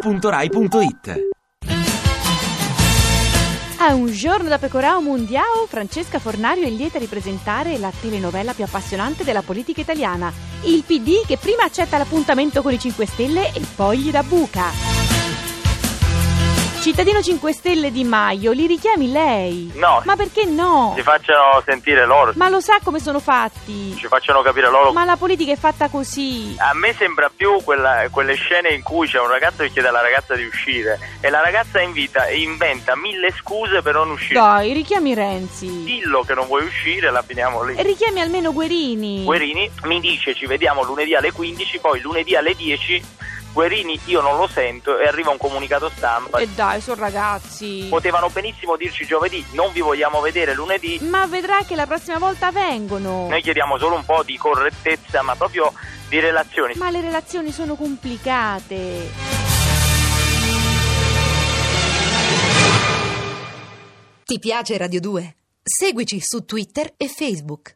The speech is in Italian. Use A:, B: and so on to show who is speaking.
A: radio2pod.rai.it
B: A un giorno da Pecorao Mundiao, Francesca Fornario è lieta di presentare la telenovela più appassionante della politica italiana, il PD che prima accetta l'appuntamento con i 5 Stelle e poi gli dà buca. Cittadino 5 Stelle Di Maio, li richiami lei?
C: No.
B: Ma perché no?
C: Ci facciano sentire loro,
B: Ma lo sa come sono fatti?
C: ci facciano capire loro.
B: Ma la politica è fatta così.
C: A me sembra più quella- quelle scene in cui c'è un ragazzo che chiede alla ragazza di uscire e la ragazza invita e inventa mille scuse per non uscire.
B: Dai, richiami Renzi.
C: Dillo che non vuoi uscire, la finiamo lì.
B: E richiami almeno Guerini.
C: Guerini mi dice ci vediamo lunedì alle 15, poi lunedì alle 10 Guerini io non lo sento e arriva un comunicato stampa.
B: E Eh dai, sono ragazzi.
C: Potevano benissimo dirci giovedì non vi vogliamo vedere lunedì.
B: Ma vedrai che la prossima volta vengono.
C: Noi chiediamo solo un po' di correttezza, ma proprio di relazioni.
B: Ma le relazioni sono complicate.
D: Ti piace Radio 2? Seguici su Twitter e Facebook.